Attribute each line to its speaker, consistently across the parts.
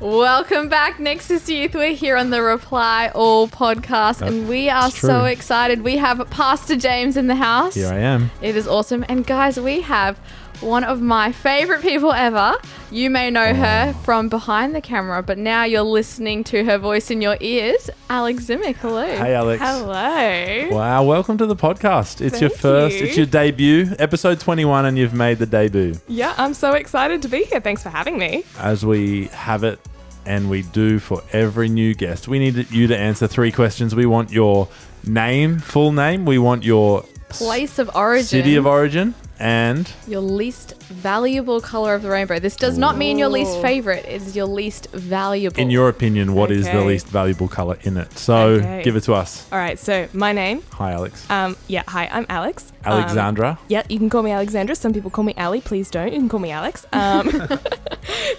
Speaker 1: Welcome back, Nexus Youth. We're here on the Reply All podcast, and we are
Speaker 2: true.
Speaker 1: so excited. We have Pastor James in the house.
Speaker 2: Here I am.
Speaker 1: It is awesome. And guys, we have one of my favorite people ever. You may know
Speaker 2: Oh.
Speaker 1: her from behind the camera, but now you're listening to her voice in your ears. Alex Zimick, hello.
Speaker 2: Hey, Alex.
Speaker 3: Hello.
Speaker 2: Wow, welcome to the podcast. It's your
Speaker 1: Thank
Speaker 2: first,
Speaker 3: you.
Speaker 2: it's your debut, episode 21, and you've made the debut.
Speaker 3: Yeah, I'm so excited to be here. Thanks for having me.
Speaker 2: As we have it and we do for every new guest, we need you to answer three questions. We want your name, full name, we want your s-
Speaker 1: Place of origin.
Speaker 2: city of origin, and
Speaker 1: Your least valuable color of the rainbow. This does not mean your least
Speaker 3: Ooh.
Speaker 1: favorite. It's your least valuable.
Speaker 2: in your opinion, what is the
Speaker 3: Okay.
Speaker 2: least valuable color in it. So
Speaker 3: Okay.
Speaker 2: give it to us.
Speaker 3: All right, so my name.
Speaker 2: Hi, Alex.
Speaker 3: Um, yeah, hi, I'm Alex. Um,
Speaker 2: Alexandra.
Speaker 3: yeah, you can call me Alexandra. Some people call me Ali. Please don't. You can call me Alex. Um,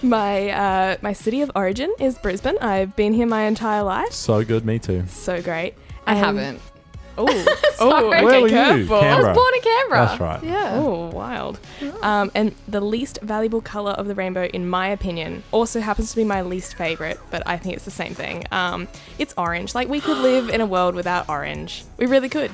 Speaker 3: my uh, my city of origin is Brisbane. I've been here my entire life.
Speaker 2: so good, me too.
Speaker 3: So great.
Speaker 1: I
Speaker 3: Um,
Speaker 1: haven't.
Speaker 3: Oh, oh,
Speaker 1: Sorry.
Speaker 3: okay,
Speaker 2: Where were you?
Speaker 3: careful.
Speaker 2: Canberra.
Speaker 1: I was born in Canberra.
Speaker 2: That's right.
Speaker 1: Yeah.
Speaker 3: Oh, wild. Um, and the least valuable colour of the rainbow, in my opinion, also happens to be my least favourite, but I think it's the same thing. Um, it's orange. Like, we could live in a world without orange. We really could.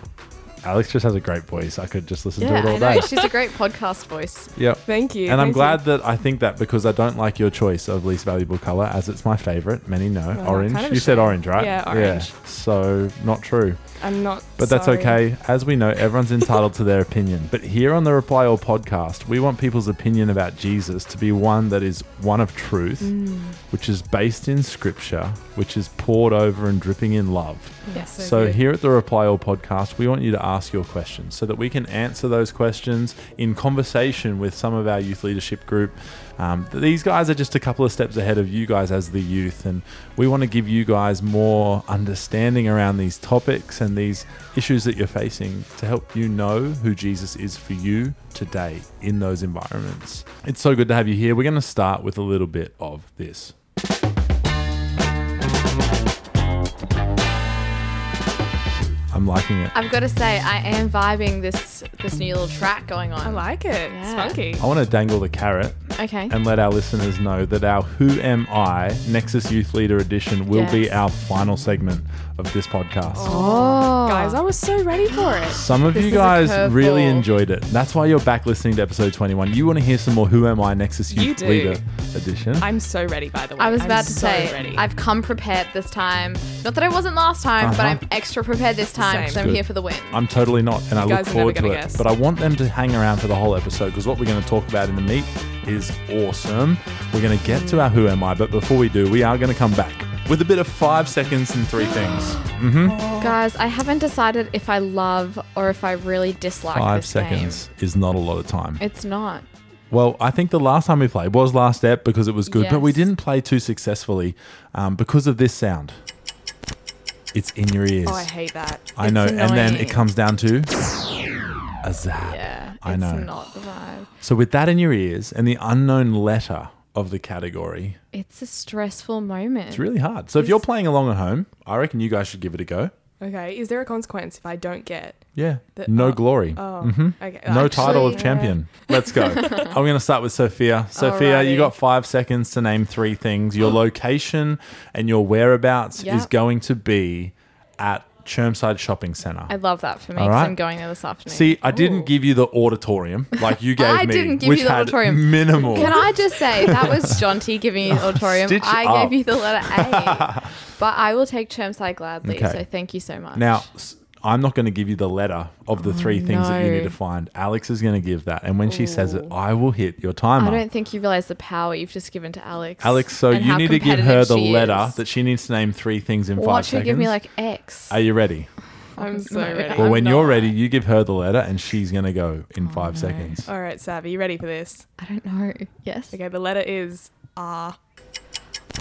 Speaker 2: Alex just has a great voice. I could just listen
Speaker 1: Yeah,
Speaker 2: to it all
Speaker 1: I know.
Speaker 2: day.
Speaker 1: She's a great podcast voice.
Speaker 2: Yep.
Speaker 3: Thank you.
Speaker 2: And I'm
Speaker 3: Thank
Speaker 2: glad that I think that because I don't like your choice of least valuable color, as it's my favorite. Many know
Speaker 3: Well,
Speaker 2: orange.
Speaker 3: kind of a
Speaker 2: you said
Speaker 3: shame.
Speaker 2: orange, right?
Speaker 3: Yeah, orange.
Speaker 2: So not true,
Speaker 3: you. I'm not.
Speaker 2: but that's
Speaker 3: sorry.
Speaker 2: okay. As we know, everyone's entitled to their opinion. But here on the Reply All podcast, we want people's opinion about Jesus to be one that is one of truth,
Speaker 3: Mm.
Speaker 2: which is based in Scripture, which is poured over and dripping in love.
Speaker 3: Yes.
Speaker 2: So, here at the Reply All podcast, we want you to ask your questions so that we can answer those questions in conversation with some of our youth leadership group. Um, these guys are just a couple of steps ahead of you guys as the youth, and we want to give you guys more understanding around these topics and these issues that you're facing to help you know who Jesus is for you today in those environments. It's so good to have you here. We're going to start with a little bit of this. I'm liking it.
Speaker 1: I've got to say, I am vibing this this new little track going on.
Speaker 3: I like it. It's
Speaker 1: Yeah.
Speaker 3: funky.
Speaker 2: I want to dangle the carrot
Speaker 1: Okay.
Speaker 2: and let our listeners know that our Who Am I Nexus Youth Leader Edition will be
Speaker 1: Yes.
Speaker 2: our final segment of this podcast.
Speaker 1: oh,
Speaker 3: Guys, I was so ready for it.
Speaker 2: Some of
Speaker 1: This
Speaker 2: you
Speaker 1: is a
Speaker 2: guys really
Speaker 1: curveball.
Speaker 2: enjoyed it. That's why you're back listening to episode 21. You want to hear some more Who Am I Nexus
Speaker 3: You
Speaker 2: Youth
Speaker 3: do.
Speaker 2: Leader Edition.
Speaker 3: I'm so ready, by the way.
Speaker 1: I was
Speaker 3: I'm
Speaker 1: about to
Speaker 3: so
Speaker 1: say,
Speaker 3: ready.
Speaker 1: I've come prepared this time. Not that I wasn't last time, but
Speaker 2: Uh-huh.
Speaker 1: I'm extra prepared this time
Speaker 3: Same.
Speaker 1: because I'm
Speaker 2: Good.
Speaker 1: here for the win.
Speaker 2: I'm totally not, and I look
Speaker 3: guys are never
Speaker 2: forward to it.
Speaker 3: gonna guess.
Speaker 2: But I want them to hang around for the whole episode because what we're going to talk about in the meet is awesome. We're going to get to our Who Am I, but before we do, we are going to come back with a bit of five seconds and three things. Oh.
Speaker 1: Guys, I haven't decided if I love or if I really dislike
Speaker 2: Five
Speaker 1: this
Speaker 2: seconds is not a lot of time.
Speaker 1: game. It's not.
Speaker 2: Well, I think the last time we played was last ep because it was good, but we
Speaker 1: Yes.
Speaker 2: didn't play too successfully um, because of this sound. It's in your ears.
Speaker 3: oh, I hate that.
Speaker 2: I know,
Speaker 1: it's
Speaker 2: and then
Speaker 1: annoying.
Speaker 2: it comes down to a zap.
Speaker 1: Yeah,
Speaker 2: I
Speaker 1: it's
Speaker 2: know.
Speaker 1: not the vibe.
Speaker 2: So with that in your ears and the unknown letter of the category,
Speaker 1: It's a stressful moment.
Speaker 2: it's really hard. So if you're playing along at home, I reckon you guys should give it a go.
Speaker 3: Okay, is there a consequence if I don't get?
Speaker 2: Yeah.
Speaker 3: The-
Speaker 2: no
Speaker 3: oh,
Speaker 2: glory.
Speaker 3: Oh, okay.
Speaker 2: Mm-hmm. No title of
Speaker 1: Actually,
Speaker 2: champion. Let's go. I'm going to start with Sophia. Sophia, you
Speaker 1: Alrighty.
Speaker 2: got five seconds to name three things. Your location and your whereabouts
Speaker 1: Yep.
Speaker 2: is going to be at Chermside Shopping Centre.
Speaker 1: I love that for me
Speaker 2: All
Speaker 1: because
Speaker 2: right.
Speaker 1: I'm going there this afternoon.
Speaker 2: See, I didn't give you the auditorium like you gave
Speaker 1: I
Speaker 2: me,
Speaker 1: didn't give you
Speaker 2: which
Speaker 1: the
Speaker 2: had
Speaker 1: auditorium.
Speaker 2: minimal.
Speaker 1: Can I just say that was Jonty giving you the auditorium?
Speaker 2: Stitch
Speaker 1: I
Speaker 2: up.
Speaker 1: gave you the letter A, but I will take Chermside gladly.
Speaker 2: Okay.
Speaker 1: So thank you so much.
Speaker 2: Now, s- I'm not going to give you the letter of the three things that you
Speaker 1: Oh, no.
Speaker 2: need to find. Alex is going to give that, and when she says it, I will hit your timer.
Speaker 1: I don't think you realize the power you've just given to Alex.
Speaker 2: Alex, so
Speaker 1: and
Speaker 2: you
Speaker 1: how
Speaker 2: need to give
Speaker 1: competitive
Speaker 2: her the
Speaker 1: she
Speaker 2: letter
Speaker 1: is.
Speaker 2: that she needs to name three things in
Speaker 1: Why
Speaker 2: five
Speaker 1: don't you
Speaker 2: seconds.
Speaker 1: give me like X?
Speaker 2: Are you ready?
Speaker 3: I'm so
Speaker 1: No.
Speaker 3: ready.
Speaker 2: Well,
Speaker 1: I'm
Speaker 2: when you're
Speaker 1: not.
Speaker 2: ready, you give her the letter, and she's going to go in five seconds.
Speaker 3: Oh, All right, Savvy, you ready for this?
Speaker 1: I don't know. Yes.
Speaker 3: Okay, the letter is R.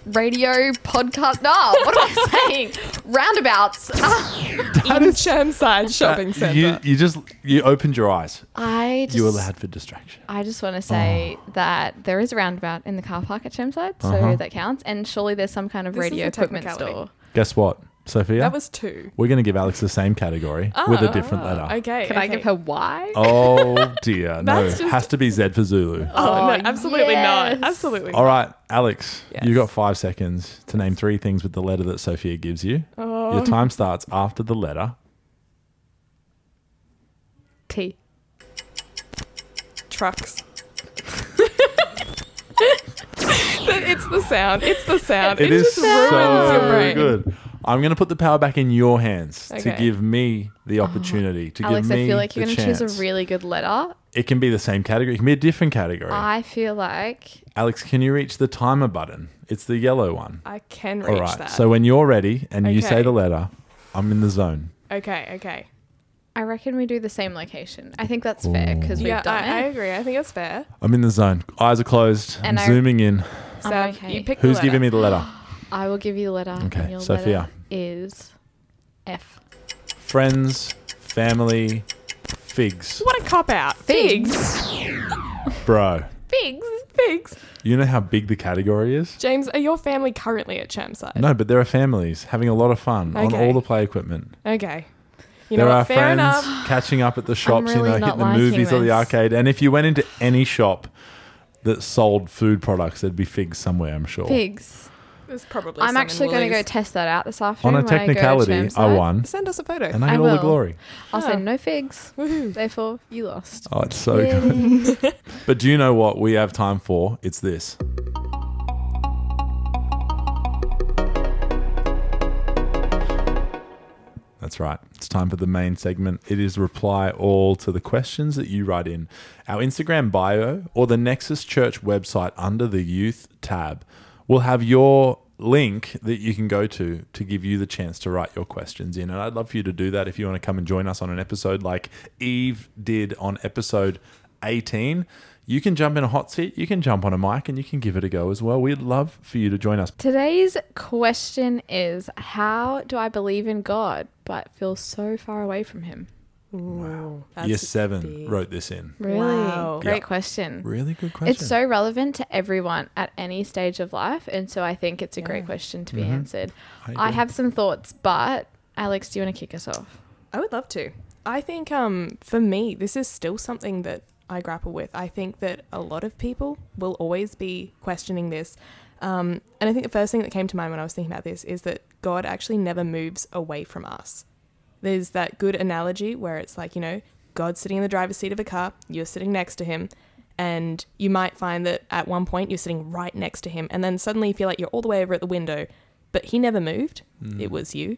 Speaker 1: Radio podcast. No, what am I saying? Roundabouts. Ah,
Speaker 3: in Chermside Shopping
Speaker 2: Uh, you,
Speaker 3: Centre.
Speaker 2: you just you opened your eyes.
Speaker 1: I just.
Speaker 2: You were allowed for distraction.
Speaker 1: I just want to say that there is a roundabout in the car park at Chermside, so
Speaker 2: Uh-huh.
Speaker 1: that counts. And surely there's some kind of
Speaker 3: This is
Speaker 1: radio
Speaker 3: a
Speaker 1: equipment
Speaker 3: technicality.
Speaker 1: store.
Speaker 2: Guess what? Sophia?
Speaker 3: That was two.
Speaker 2: We're going to give Alex the same category with a
Speaker 3: Oh,
Speaker 2: different letter.
Speaker 3: Okay.
Speaker 1: Can I
Speaker 3: okay.
Speaker 1: give her Y?
Speaker 2: Oh dear. No,
Speaker 3: That's just-
Speaker 2: has to be Z for Zulu.
Speaker 3: Oh,
Speaker 1: Oh,
Speaker 3: no, absolutely
Speaker 1: yes.
Speaker 3: not. Absolutely.
Speaker 2: All right, Alex,
Speaker 3: Yes.
Speaker 2: you got five seconds to name three things with the letter that Sophia gives you.
Speaker 3: Oh.
Speaker 2: Your time starts after the letter.
Speaker 1: T.
Speaker 3: Trucks. it's the sound. It's the sound.
Speaker 2: it is
Speaker 3: just ruins your
Speaker 2: so
Speaker 3: brain.
Speaker 2: good. I'm going to put the power back in your hands to
Speaker 3: Okay.
Speaker 2: give me the opportunity to
Speaker 1: Oh. Alex,
Speaker 2: give me
Speaker 1: I feel like you're going
Speaker 2: the
Speaker 1: to choose
Speaker 2: chance.
Speaker 1: a really good letter.
Speaker 2: It can be the same category. It can be a different category.
Speaker 1: I feel like
Speaker 2: Alex, can you reach the timer button? It's the yellow one.
Speaker 3: I can reach
Speaker 2: All right.
Speaker 3: that.
Speaker 2: So when you're ready and you say
Speaker 3: Okay.
Speaker 2: the letter, I'm in the zone.
Speaker 3: okay, okay.
Speaker 1: I reckon we do the same location. I think that's fair because
Speaker 3: Yeah,
Speaker 1: we've done
Speaker 3: I, I
Speaker 1: it.
Speaker 3: agree. I think that's fair.
Speaker 2: I'm in the zone. Eyes are closed.
Speaker 1: And
Speaker 2: I'm
Speaker 1: I-
Speaker 2: zooming in.
Speaker 3: So
Speaker 1: I'm okay.
Speaker 3: you pick the
Speaker 2: Who's
Speaker 3: letter.
Speaker 2: giving me the letter?
Speaker 1: I, will give you the letter.
Speaker 2: Okay,
Speaker 1: and your
Speaker 2: Sophia.
Speaker 1: Letter is F.
Speaker 2: Friends, family, figs.
Speaker 3: What a cop out.
Speaker 1: Figs.
Speaker 2: Bro,
Speaker 3: Figs. Figs.
Speaker 2: you know how big the category is?
Speaker 3: James, are your family currently at Chamside?
Speaker 2: No, but there are families having a lot of fun on
Speaker 3: Okay.
Speaker 2: all the play equipment.
Speaker 3: Okay. You
Speaker 2: there
Speaker 3: know
Speaker 2: are
Speaker 3: what? Fair
Speaker 2: friends
Speaker 3: enough.
Speaker 2: catching up at the shops,
Speaker 1: really
Speaker 2: you know,
Speaker 1: not
Speaker 2: hitting the
Speaker 1: liking
Speaker 2: movies or the
Speaker 1: this.
Speaker 2: arcade. And if you went into any shop that sold food products, there'd be figs somewhere, I'm sure.
Speaker 1: Figs.
Speaker 3: There's probably
Speaker 1: I'm
Speaker 3: someone
Speaker 1: actually
Speaker 3: will
Speaker 1: going to go
Speaker 3: lose.
Speaker 1: test that out this
Speaker 2: On
Speaker 1: afternoon. when
Speaker 2: a
Speaker 1: I go to
Speaker 2: technicality, I,
Speaker 1: Chermside.
Speaker 2: won.
Speaker 3: Send us a photo.
Speaker 2: And I
Speaker 1: I
Speaker 2: get all the
Speaker 1: will.
Speaker 2: glory.
Speaker 1: I'll
Speaker 3: Oh.
Speaker 1: say no figs.
Speaker 3: Woohoo.
Speaker 1: Therefore, you lost.
Speaker 2: Oh, it's so good. but do you know what we have time for? It's this. That's right. It's time for the main segment. It is reply all to the questions that you write in our Instagram bio or the Nexus Church website under the youth tab. We'll have your link that you can go to to give you the chance to write your questions in. And I'd love for you to do that if you want to come and join us on an episode like Eve did on episode 18. You can jump in a hot seat, you can jump on a mic, and you can give it a go as well. We'd love for you to join us.
Speaker 1: Today's question is How do I believe in God but feel so far away from Him?
Speaker 3: Wow.
Speaker 2: Year 7 wrote this in.
Speaker 1: Really?
Speaker 3: Wow.
Speaker 1: Great
Speaker 2: Yeah.
Speaker 1: question.
Speaker 2: Really good question.
Speaker 1: It's so relevant to everyone at any stage of life. And so I think it's a great question to be answered. I,
Speaker 2: Mm-hmm. agree.
Speaker 1: have some thoughts, but Alex, do you want to kick us off?
Speaker 3: I would love to. I think um, for me, this is still something that I grapple with. I think that a lot of people will always be questioning this. Um, and I think the first thing that came to mind when I was thinking about this is that God actually never moves away from us. There's that good analogy where it's like, you know, God's sitting in the driver's seat of a car, you're sitting next to him, and you might find that at one point you're sitting right next to him, and then suddenly you feel like you're all the way over at the window, but he never moved. It was you.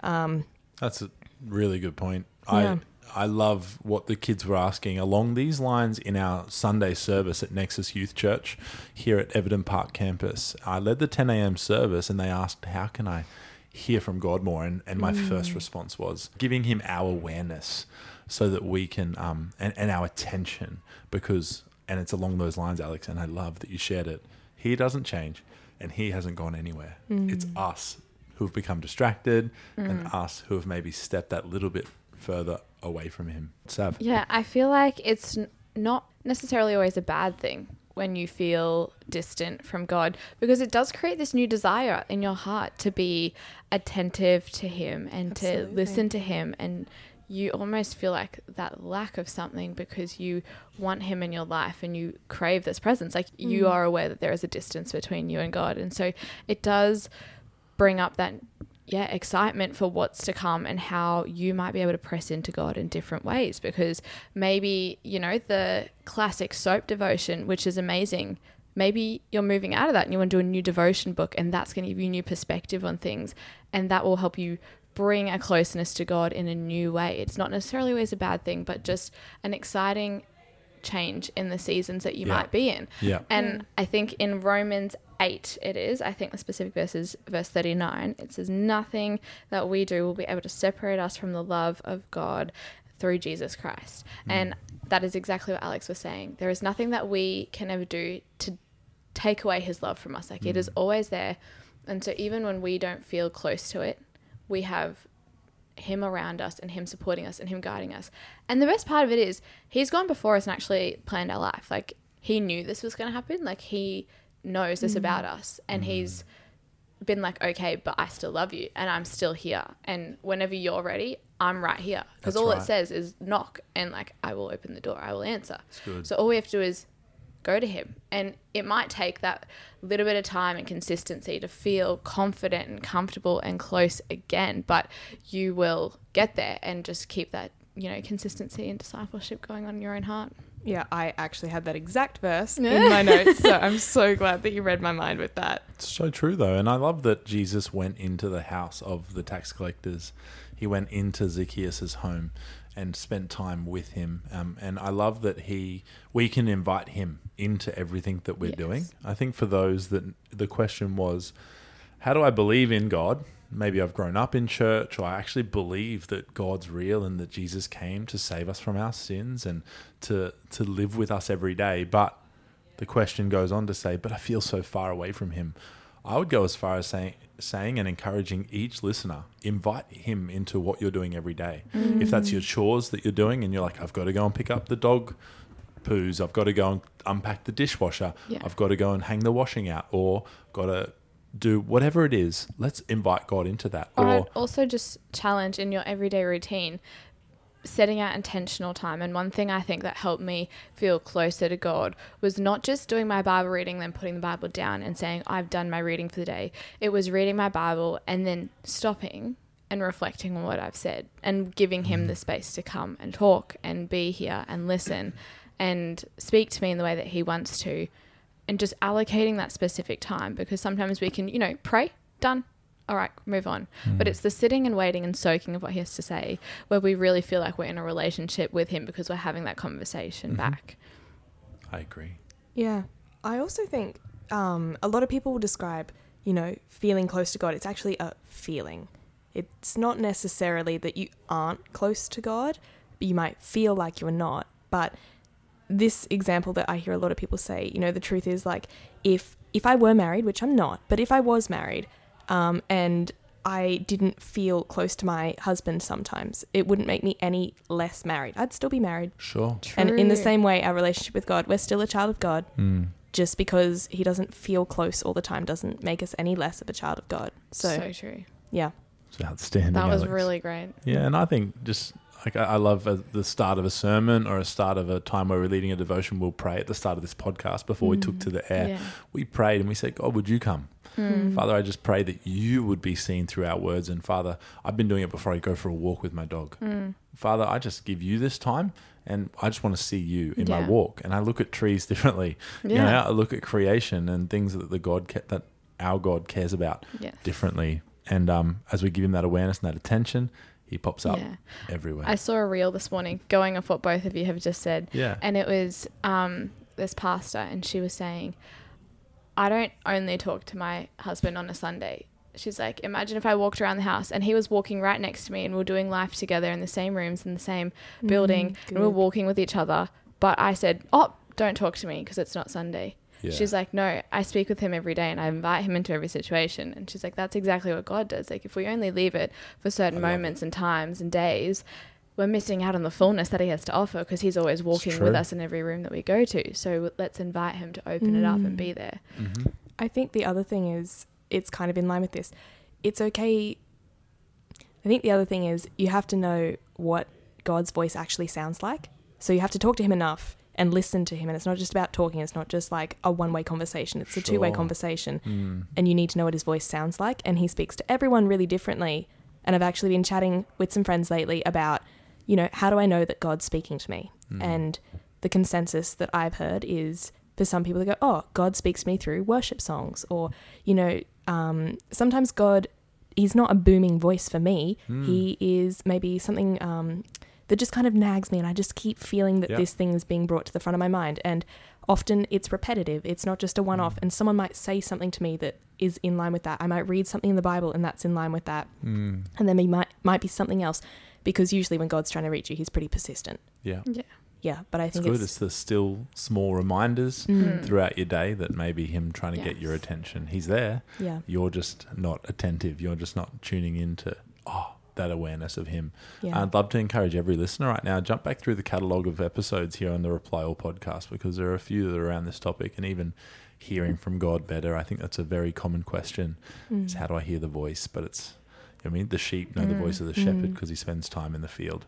Speaker 3: Um,
Speaker 2: That's a really good point.
Speaker 3: Yeah.
Speaker 2: I I love what the kids were asking along these lines in our Sunday service at Nexus Youth Church here at Everton Park campus. I led the 10 a.m. service and they asked, How can I hear from God more? And, and my first response was giving him our awareness so that we can, um, and, and our attention, because, and it's along those lines, Alex, and I love that you shared it. He doesn't change and he hasn't gone anywhere. It's us who have become distracted and us who have maybe stepped that little bit further away from him. Sav.
Speaker 1: Yeah, I feel like it's n- not necessarily always a bad thing when you feel distant from God because it does create this new desire in your heart to be attentive to Him and to
Speaker 3: Absolutely.
Speaker 1: listen to Him. And you almost feel like that lack of something because you want Him in your life and you crave this presence. Like you are aware that there is a distance between you and God. And so it does bring up that yeah excitement for what's to come and how you might be able to press into god in different ways because maybe you know the classic soap devotion which is amazing maybe you're moving out of that and you want to do a new devotion book and that's going to give you new perspective on things and that will help you bring a closeness to god in a new way it's not necessarily always a bad thing but just an exciting change in the seasons that you
Speaker 2: Yeah.
Speaker 1: might be in
Speaker 2: Yeah.
Speaker 1: and I think in Romans 8, it is, I think the specific verse is verse 39. It says, Nothing that we do will be able to separate us from the love of God through Jesus Christ. And that is exactly what Alex was saying. There is nothing that we can ever do to take away his love from us. Like it is always there. And so even when we don't feel close to it, we have him around us and him supporting us and him guiding us. And the best part of it is he's gone before us and actually planned our life.
Speaker 2: Mm.
Speaker 1: Like he knew this was going to happen. Like he knows this about us and he's been like, okay, but I still love you and I'm still here. And whenever you're ready, I'm right here. Because
Speaker 2: That's
Speaker 1: all
Speaker 2: right.
Speaker 1: it says is knock and like, I will open the door, I will answer.
Speaker 2: good.
Speaker 1: So all we have to do is go to him. And it might take that little bit of time and consistency to feel confident and comfortable and close again, but you will get there and just keep that, you know, consistency and discipleship going on in your own heart.
Speaker 3: Yeah, I actually had that exact verse in my notes, so I'm so glad that you read my mind with that.
Speaker 2: It's so true, though. And I love that Jesus went into the house of the tax collectors. He went into Zacchaeus' home and spent time with him. Um, and I love that he, we can invite him into everything that we're
Speaker 1: Yes.
Speaker 2: doing. I think for those that the question was, how do I believe in God? Maybe I've grown up in church, or I actually believe that God's real and that Jesus came to save us from our sins and to to live with us every day. But the question goes on to say, but I feel so far away from Him. I would go as far as saying saying and encouraging each listener invite him into what you're doing every day if
Speaker 1: Mm.
Speaker 2: that's your chores that you're doing and you're like i've got to go and pick up the dog poos. I've got to go and unpack the dishwasher.
Speaker 1: Yeah.
Speaker 2: I've got to go and hang the washing out, or got to do whatever it is. Let's invite God into that.
Speaker 1: I'd
Speaker 2: Or
Speaker 1: also just challenge in your everyday routine setting out intentional time. And one thing I think that helped me feel closer to God was not just doing my Bible reading, then putting the Bible down and saying, I've done my reading for the day. It was reading my Bible and then stopping and reflecting on what I've said and giving Him the space to come and talk and be here and listen and speak to me in the way that He wants to. And just allocating that specific time because sometimes we can, you know, pray, done, all right, move on. But it's the sitting and waiting and soaking of what he has to say where we really feel like we're in a relationship with him because we're having that conversation back.
Speaker 2: I agree.
Speaker 3: Yeah. I also think um, a lot of people will describe, you know, feeling close to God. It's actually a feeling. It's not necessarily that you aren't close to God, but you might feel like you're not. But this example that I hear a lot of people say, you know, the truth is like if if I were married, which I'm not, but if I was married, um, and I didn't feel close to my husband sometimes, it wouldn't make me any less married. I'd still be married.
Speaker 2: Sure.
Speaker 3: And in the
Speaker 1: True.
Speaker 3: same way, our relationship with God, we're still a child of God.
Speaker 2: Mm.
Speaker 3: Just because he doesn't feel close all the time doesn't make us any less of a child of God. So,
Speaker 1: So, true.
Speaker 3: yeah.
Speaker 2: It's outstanding.
Speaker 1: That was
Speaker 2: Alex.
Speaker 1: really great.
Speaker 2: Yeah, and I think just like I I love uh the start of a sermon or a start of a time where we're leading a devotion, we'll pray at the start of this podcast before we took to the air.
Speaker 1: Yeah. Hmm.
Speaker 2: We prayed and we said, God, would you come? Father, I just pray that you would be seen through our words. And Father, I've been doing it before I go for a walk with my dog.
Speaker 1: Hmm.
Speaker 2: Father, I just give you this time and I just want to see you in my
Speaker 1: Yeah.
Speaker 2: walk. And I look at trees differently. You
Speaker 1: Yeah.
Speaker 2: know, I look at creation and things that the God ca- that our God cares about
Speaker 1: Yes.
Speaker 2: differently. And um, as we give him that awareness and that attention, he pops up
Speaker 1: Yeah.
Speaker 2: everywhere.
Speaker 1: I saw a reel this morning going off what both of you have just said.
Speaker 2: Yeah.
Speaker 1: And it was um, this pastor, and she was saying, I don't only talk to my husband on a Sunday. She's like, imagine if I walked around the house and he was walking right next to me and we are doing life together in the same rooms, in the same building, and we are
Speaker 3: good.
Speaker 1: walking with each other. But I said, oh, don't talk to me because it's not Sunday.
Speaker 2: Yeah.
Speaker 1: She's like, no, I speak with him every day and I invite him into every situation. And she's like, that's exactly what God does. Like, if we only leave it for certain
Speaker 2: love it.
Speaker 1: moments and times and days, we're missing out on the fullness that he has to offer because he's always walking
Speaker 2: true.
Speaker 1: with us in every room that we go to. So let's invite him to open it up and
Speaker 3: Mm.
Speaker 1: be there.
Speaker 2: Mm-hmm.
Speaker 3: I think the other thing is, it's kind of in line with this. It's okay. I think the other thing is, you have to know what God's voice actually sounds like. So, you have to talk to him enough and listen to him. And it's not just about talking, it's not just like a one way conversation, it's a two way
Speaker 2: Sure.
Speaker 3: conversation.
Speaker 2: Mm-hmm.
Speaker 3: And you need to know what his voice sounds like. And he speaks to everyone really differently. And I've actually been chatting with some friends lately about, you know, how do I know that God's speaking to me?
Speaker 2: Mm.
Speaker 3: And the consensus that I've heard is for some people to go, oh, God speaks to me through worship songs. Or, you know, um, sometimes God, he's not a booming voice for me.
Speaker 2: Mm. Mm-hmm.
Speaker 3: He is maybe something um, that just kind of nags me. And I just keep feeling that
Speaker 2: Yeah.
Speaker 3: this thing is being brought to the front of my mind. And often it's repetitive, it's not just a one
Speaker 2: Mm.
Speaker 3: off. And someone might say something to me that is in line with that. I might read something in the Bible and that's in line with that.
Speaker 2: Mm.
Speaker 3: And then it might, might be something else. Because usually when God's trying to reach you, he's pretty persistent.
Speaker 2: Yeah.
Speaker 1: Yeah.
Speaker 3: Yeah, but I
Speaker 2: It's
Speaker 3: think
Speaker 2: good.
Speaker 3: it's,
Speaker 2: It's, the still small reminders
Speaker 1: Mm.
Speaker 2: throughout your day that maybe him trying to get your
Speaker 1: Yes.
Speaker 2: attention. He's there.
Speaker 3: yeah.
Speaker 2: You're just not attentive. You're just not tuning in to, oh, that awareness of him.
Speaker 3: Yeah.
Speaker 2: I'd love to encourage every listener right now jump back through the catalogue of episodes here on the Reply All podcast because there are a few that are around this topic and even hearing from God better. I think that's a very common question:
Speaker 3: Mm.
Speaker 2: is how do I hear the voice? But it's, I mean, the sheep know the voice of the shepherd because he spends time in the field,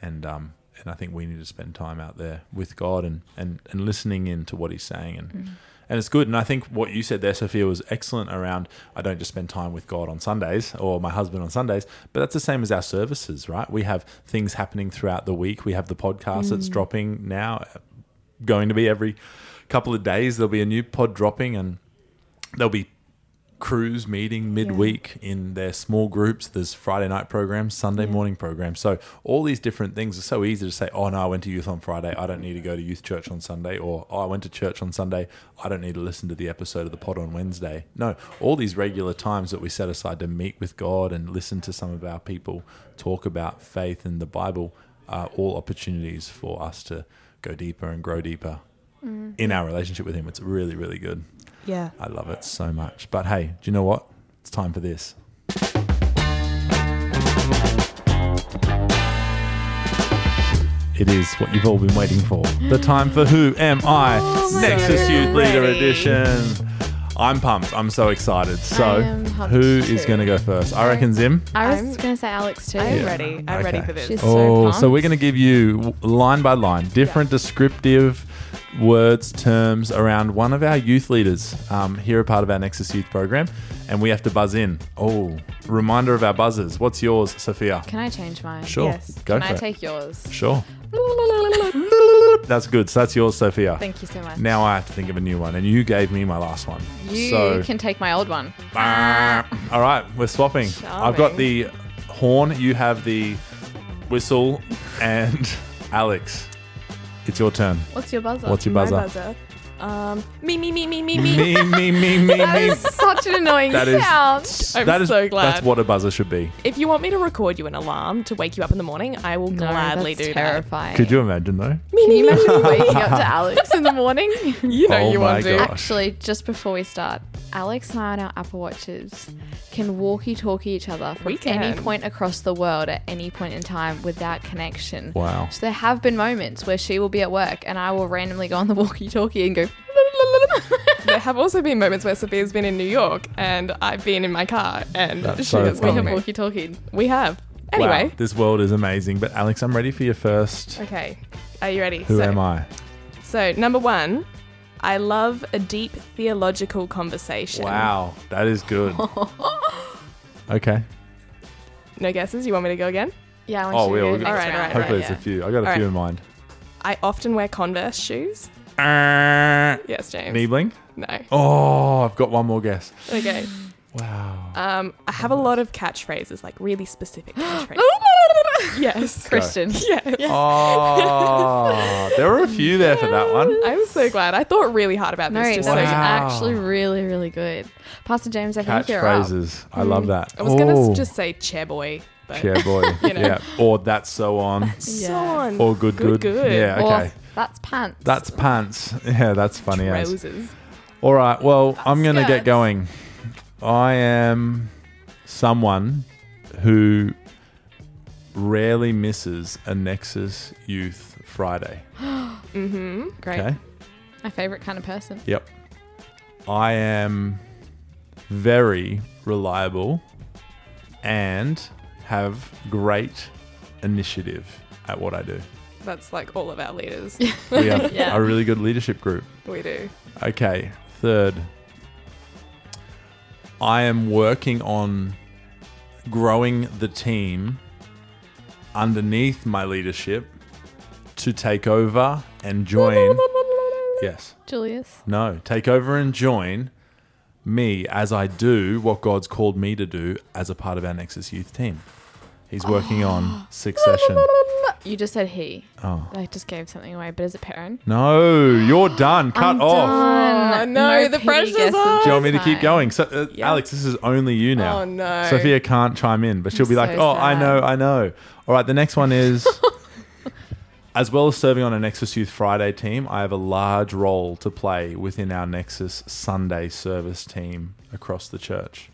Speaker 2: and um, and I think we need to spend time out there with God and and and listening in to what He's saying and. And it's good. And I think what you said there, Sophia, was excellent around I don't just spend time with God on Sundays or my husband on Sundays, but that's the same as our services, right? We have things happening throughout the week. We have the podcast that's dropping now, going to be every couple of days. There'll be a new pod dropping and there'll be crews meeting midweek in their small groups. There's Friday night programs, Sunday morning programs. So all these different things are so easy to say, oh no, I went to youth on Friday. I don't need to go to youth church on Sunday. Or oh, I went to church on Sunday. I don't need to listen to the episode of the pod on Wednesday. No, all these regular times that we set aside to meet with God and listen to some of our people talk about faith and the Bible are all opportunities for us to go deeper and grow deeper in our relationship with Him. It's really, really good.
Speaker 3: Yeah.
Speaker 2: I love it so much. But hey, do you know what? It's time for this. It is what you've all been waiting for. The time for Who Am I? Nexus
Speaker 1: so
Speaker 2: Youth Leader
Speaker 1: Oh ready.
Speaker 2: Edition. I'm pumped. I'm so excited. So,
Speaker 1: am pumped
Speaker 2: who is
Speaker 1: too.
Speaker 2: going to go first? I reckon Zim.
Speaker 1: I was
Speaker 3: I'm-
Speaker 1: going to say Alex too.
Speaker 3: I'm
Speaker 2: Yeah.
Speaker 3: ready. I'm
Speaker 2: Okay.
Speaker 3: ready for this.
Speaker 1: She's so
Speaker 2: Oh,
Speaker 1: pumped.
Speaker 2: so we're going to give you w- line by line different descriptive words, terms around one of our youth leaders um, here, a part of our Nexus Youth program, and we have to buzz in. Oh, reminder of our buzzers. What's yours, Sophia?
Speaker 1: Can I change mine?
Speaker 2: Sure,
Speaker 3: Yes.
Speaker 2: go
Speaker 1: Can
Speaker 2: for
Speaker 1: I
Speaker 2: it.
Speaker 1: take yours?
Speaker 2: sure, that's good. So that's yours, Sophia.
Speaker 1: Thank you so much.
Speaker 2: Now I have to think of a new one, and you gave me my last one.
Speaker 1: you
Speaker 2: so,
Speaker 1: can take my old one.
Speaker 2: all right, we're swapping. I've got the horn. You have the whistle, and Alex, it's your turn.
Speaker 1: What's your buzzer?
Speaker 2: What's your
Speaker 3: My
Speaker 2: buzzer?
Speaker 3: buzzer. Um, me, me, me, me, me, me.
Speaker 2: me, me, me, me,
Speaker 1: that
Speaker 2: me.
Speaker 1: is such an annoying
Speaker 2: That is-
Speaker 1: sound.
Speaker 3: I'm
Speaker 2: That is-
Speaker 3: so glad.
Speaker 2: That's what a buzzer should be.
Speaker 3: If you want me to record you an alarm to wake you up in the morning, I will
Speaker 1: No,
Speaker 3: gladly
Speaker 1: that's
Speaker 3: do
Speaker 1: terrifying.
Speaker 2: Could you imagine though?
Speaker 3: that. Me,
Speaker 1: Can you
Speaker 3: me, me.
Speaker 1: imagine waking up to Alex in the morning?
Speaker 3: You know
Speaker 2: Oh
Speaker 3: you
Speaker 2: my
Speaker 3: want to.
Speaker 2: God.
Speaker 1: Actually, just before we start, Alex and I on our Apple Watches can walkie-talkie each other from
Speaker 3: We can.
Speaker 1: any point across the world at any point in time without connection.
Speaker 2: Wow.
Speaker 1: So there have been moments where she will be at work and I will randomly go on the walkie-talkie and go.
Speaker 3: There have also been moments where Sophia's been in New York and I've been in my car and
Speaker 2: That's
Speaker 3: she
Speaker 2: so
Speaker 3: has
Speaker 2: funny.
Speaker 3: been
Speaker 1: we have
Speaker 2: Wow.
Speaker 1: walkie-talkie.
Speaker 3: We have. Anyway.
Speaker 2: Wow, this world is amazing. But Alex, I'm ready for your first.
Speaker 3: Okay. Are you ready?
Speaker 2: Who
Speaker 3: so,
Speaker 2: am I?
Speaker 3: So, number one, I love a deep theological conversation.
Speaker 2: Wow, that is good. okay.
Speaker 3: No guesses? You want me to go again?
Speaker 1: Yeah, I want
Speaker 2: Oh,
Speaker 1: you to
Speaker 2: we all
Speaker 1: do the
Speaker 2: got-
Speaker 1: next
Speaker 3: All right, all
Speaker 1: round.
Speaker 3: right,
Speaker 2: Hopefully,
Speaker 3: right,
Speaker 2: it's a few. I got a
Speaker 3: All
Speaker 2: few
Speaker 3: right.
Speaker 2: in mind.
Speaker 3: I often wear Converse shoes. Yes, James.
Speaker 2: Niebling.
Speaker 3: No.
Speaker 2: Oh, I've got one more guess.
Speaker 3: Okay.
Speaker 2: Wow.
Speaker 3: Um, I have a lot of catchphrases, like really specific catchphrases. yes.
Speaker 1: Christian.
Speaker 3: Yes.
Speaker 2: Oh, there were a few there for that one.
Speaker 3: I'm so glad. I thought really hard about
Speaker 1: No, that
Speaker 3: this.
Speaker 1: was
Speaker 3: just
Speaker 2: Wow.
Speaker 3: so you-
Speaker 1: actually really, really good. Pastor James, I think you're up.
Speaker 2: Catchphrases. I love that.
Speaker 3: I was gonna
Speaker 2: Oh.
Speaker 3: s- just say chair boy, but
Speaker 2: chair boy.
Speaker 3: you know.
Speaker 2: Yeah. Or that's so on.
Speaker 3: So
Speaker 1: Yeah.
Speaker 3: on.
Speaker 2: Or good, good.
Speaker 3: Good, good.
Speaker 2: Yeah.
Speaker 1: Or,
Speaker 2: Okay.
Speaker 1: that's pants.
Speaker 2: That's pants. Yeah, that's funny. As.
Speaker 3: Roses.
Speaker 2: All right. Well, I'm going to get
Speaker 1: skirts.
Speaker 2: going. I am someone who rarely misses a Nexus Youth Friday.
Speaker 3: Mm-hmm.
Speaker 1: great.
Speaker 2: Okay.
Speaker 1: My favorite kind of person.
Speaker 2: Yep. I am very reliable and have great initiative at what I do.
Speaker 3: That's like all of our leaders.
Speaker 2: We are
Speaker 1: Yeah.
Speaker 2: a really good leadership group.
Speaker 3: we do.
Speaker 2: Okay, third. I am working on growing the team underneath my leadership to take over and join. Yes.
Speaker 1: Julius.
Speaker 2: No, take over and join me as I do what God's called me to do as a part of our Nexus Youth team. He's working on succession.
Speaker 1: You just said he.
Speaker 2: Oh.
Speaker 1: I just gave something away, but is it Perrin?
Speaker 2: No, you're done. Cut
Speaker 1: I'm
Speaker 2: off.
Speaker 1: done.
Speaker 3: Oh, no, the
Speaker 1: piggy
Speaker 3: pressure's
Speaker 1: guesses
Speaker 3: on.
Speaker 2: Do you
Speaker 1: this
Speaker 2: want me to keep
Speaker 1: time.
Speaker 2: going? So, uh,
Speaker 3: Yeah.
Speaker 2: Alex, this is only you now.
Speaker 3: Oh, no.
Speaker 2: Sophia can't chime in, but she'll be
Speaker 1: I'm
Speaker 2: like,
Speaker 1: so
Speaker 2: "Oh, I
Speaker 1: sad.
Speaker 2: know, I know." All right, the next one is. As well as serving on a Nexus Youth Friday team, I have a large role to play within our Nexus Sunday service team across the church.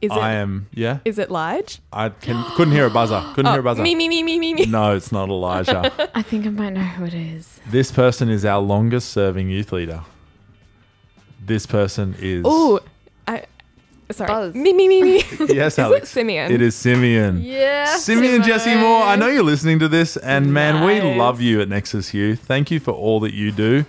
Speaker 3: Is it?
Speaker 2: I am. Yeah,
Speaker 3: Is it large?
Speaker 2: I can, couldn't hear a buzzer. Couldn't hear a buzzer.
Speaker 3: Oh, me, me, me, me, me, me.
Speaker 2: No, it's not Elijah.
Speaker 4: I think I might know who it is.
Speaker 2: this person is our longest serving youth leader. This person is.
Speaker 3: Ooh, I. Sorry.
Speaker 4: Buzz.
Speaker 3: Me, me, me, me.
Speaker 2: yes,
Speaker 3: Is it
Speaker 2: Alex.
Speaker 3: Simeon?
Speaker 2: It is Simeon.
Speaker 4: Yeah.
Speaker 2: Simeon Jesse Moore, I know you're listening to this, and man, we
Speaker 3: Nice.
Speaker 2: love you at Nexus Youth. Thank you for all that you do.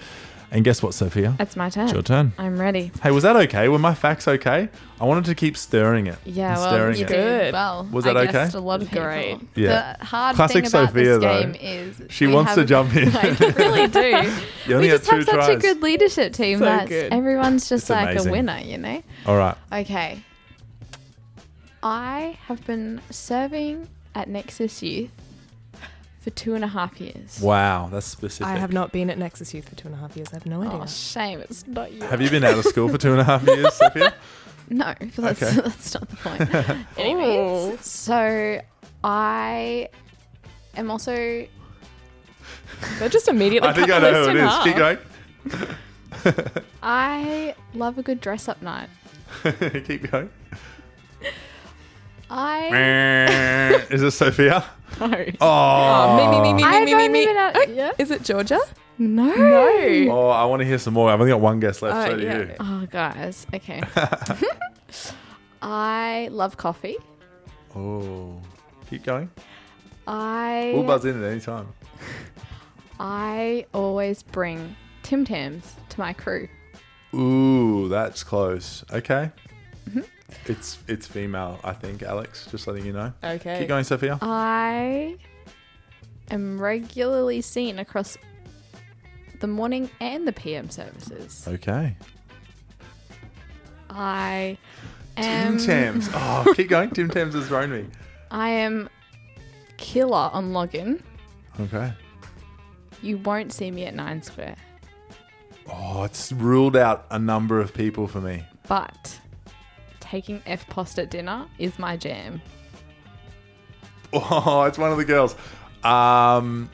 Speaker 2: And guess what, Sophia?
Speaker 4: It's my turn.
Speaker 2: It's your turn.
Speaker 4: I'm ready.
Speaker 2: Hey, was that okay? Were my facts okay? I wanted to keep stirring it.
Speaker 4: Yeah,
Speaker 2: and
Speaker 4: well,
Speaker 2: stirring
Speaker 4: you
Speaker 2: it.
Speaker 3: did.
Speaker 1: Good. Well,
Speaker 2: Was that
Speaker 1: I
Speaker 2: okay?
Speaker 1: guessed a lot of people.
Speaker 3: Great.
Speaker 2: Yeah.
Speaker 1: The hard
Speaker 2: Classic
Speaker 1: thing about
Speaker 2: Sophia,
Speaker 1: this
Speaker 2: though.
Speaker 1: game is
Speaker 2: She
Speaker 1: we
Speaker 2: wants to
Speaker 1: have-
Speaker 2: jump in.
Speaker 1: Like, I really do.
Speaker 2: You
Speaker 1: we
Speaker 2: only had
Speaker 1: just
Speaker 2: two
Speaker 1: have such
Speaker 2: tries.
Speaker 1: a good leadership team.
Speaker 3: So
Speaker 1: that's
Speaker 3: good.
Speaker 1: everyone's just
Speaker 2: It's
Speaker 1: like
Speaker 2: amazing.
Speaker 1: a winner, you know.
Speaker 2: All right.
Speaker 1: Okay. I have been serving at Nexus Youth for two and a half years.
Speaker 2: Wow, that's specific.
Speaker 3: I have not been at Nexus Youth for two and a half years. I have no idea.
Speaker 1: Oh, shame it's not you.
Speaker 2: Have you been out of school for two and a half years, Sophia?
Speaker 1: No, but that's,
Speaker 2: Okay.
Speaker 1: that's not the point. Anyways, so I am also
Speaker 3: They're just immediately.
Speaker 2: I think I
Speaker 3: cut the
Speaker 2: know who
Speaker 3: list
Speaker 2: it
Speaker 3: in
Speaker 2: is. Keep
Speaker 3: half.
Speaker 2: going.
Speaker 1: I love a good dress up night.
Speaker 2: Keep going.
Speaker 1: I
Speaker 2: is it Sophia?
Speaker 1: no.
Speaker 2: Oh,
Speaker 3: Oh, me, me, me, me,
Speaker 1: I
Speaker 3: me, me,
Speaker 1: don't
Speaker 3: me, me.
Speaker 1: even know-
Speaker 3: Oh,
Speaker 1: yeah.
Speaker 3: Is it Georgia?
Speaker 1: No.
Speaker 2: Oh, I want to hear some more. I've only got one guess left.
Speaker 3: Oh,
Speaker 2: so do
Speaker 3: yeah.
Speaker 2: you.
Speaker 1: Oh, guys. Okay. I love coffee.
Speaker 2: Oh, keep going.
Speaker 1: I
Speaker 2: We'll buzz in at any time.
Speaker 1: I always bring Tim Tams to my crew.
Speaker 2: Ooh, that's close. Okay.
Speaker 3: Mm-hmm.
Speaker 2: It's it's female, I think, Alex. Just letting you know.
Speaker 3: Okay.
Speaker 2: Keep going, Sophia.
Speaker 3: Uh,
Speaker 1: I am regularly seen across the morning and the PM services.
Speaker 2: Okay.
Speaker 1: I
Speaker 2: Tim
Speaker 3: um,
Speaker 1: am
Speaker 2: Tams. Oh, keep going. Tim Tams has thrown me.
Speaker 1: I am killer on login.
Speaker 2: Okay.
Speaker 1: You won't see me at Nine Square,
Speaker 2: Oh, it's ruled out a number of people for me.
Speaker 1: but taking F post at dinner is my jam.
Speaker 2: Oh, it's one of the girls. Um,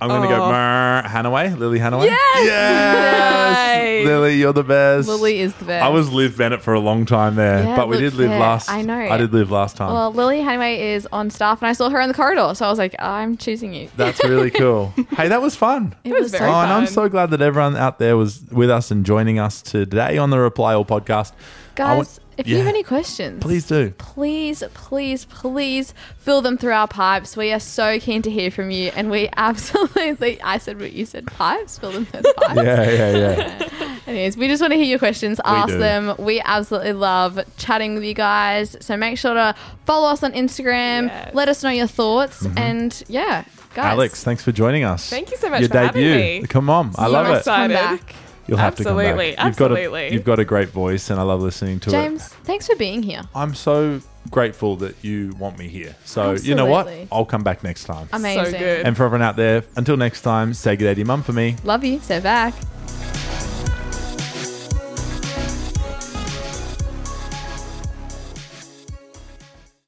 Speaker 2: I'm gonna go
Speaker 3: Oh.
Speaker 2: Mer- Hanaway, Lily Hanaway. Yes,
Speaker 3: Nice.
Speaker 2: Lily, you're the best.
Speaker 1: Lily is the best.
Speaker 2: I was Liv Bennett for a long time there,
Speaker 1: Yeah,
Speaker 2: but we
Speaker 1: look
Speaker 2: did live
Speaker 1: fair.
Speaker 2: last.
Speaker 1: I know.
Speaker 2: I did live last time.
Speaker 1: Well, Lily Hanway is on staff, and I saw her in the corridor, so I was like, I'm choosing you.
Speaker 2: That's really cool. hey, that was fun.
Speaker 1: It
Speaker 3: was
Speaker 1: was
Speaker 3: very
Speaker 2: Oh,
Speaker 1: so
Speaker 2: and I'm
Speaker 3: fun.
Speaker 2: so glad that everyone out there was with us and joining us today on the Reply All podcast. I
Speaker 1: Guys,
Speaker 2: want-
Speaker 1: if you have
Speaker 2: Yeah.
Speaker 1: any questions,
Speaker 2: please do.
Speaker 1: please, please, please fill them through our pipes. We are so keen to hear from you, and we absolutely, I said what you said, pipes, fill them through the pipes.
Speaker 2: Yeah, yeah, yeah.
Speaker 1: Anyways, we just want to hear your questions. Ask
Speaker 2: do.
Speaker 1: them. We absolutely love chatting with you guys. So make sure to follow us on Instagram.
Speaker 3: Yes.
Speaker 1: Let us know your thoughts, and yeah, guys.
Speaker 2: Mm-hmm. Alex, thanks for joining us.
Speaker 3: Thank you so much
Speaker 2: Your
Speaker 3: for having
Speaker 2: debut.
Speaker 3: me.
Speaker 2: Come on, I
Speaker 3: So
Speaker 2: love it.
Speaker 3: excited.
Speaker 1: Come back.
Speaker 2: You'll have to come
Speaker 3: Absolutely,
Speaker 2: back. You've got a-
Speaker 3: absolutely.
Speaker 2: you've got a great voice, and I love listening to it.
Speaker 1: James, thanks for being here.
Speaker 2: I'm so grateful that you want me here. So you know what?
Speaker 1: Absolutely.
Speaker 2: I'll come back next time.
Speaker 1: Amazing.
Speaker 3: good.
Speaker 2: And for everyone out there, until next time, say good day to your mum for me.
Speaker 1: Love you. So back.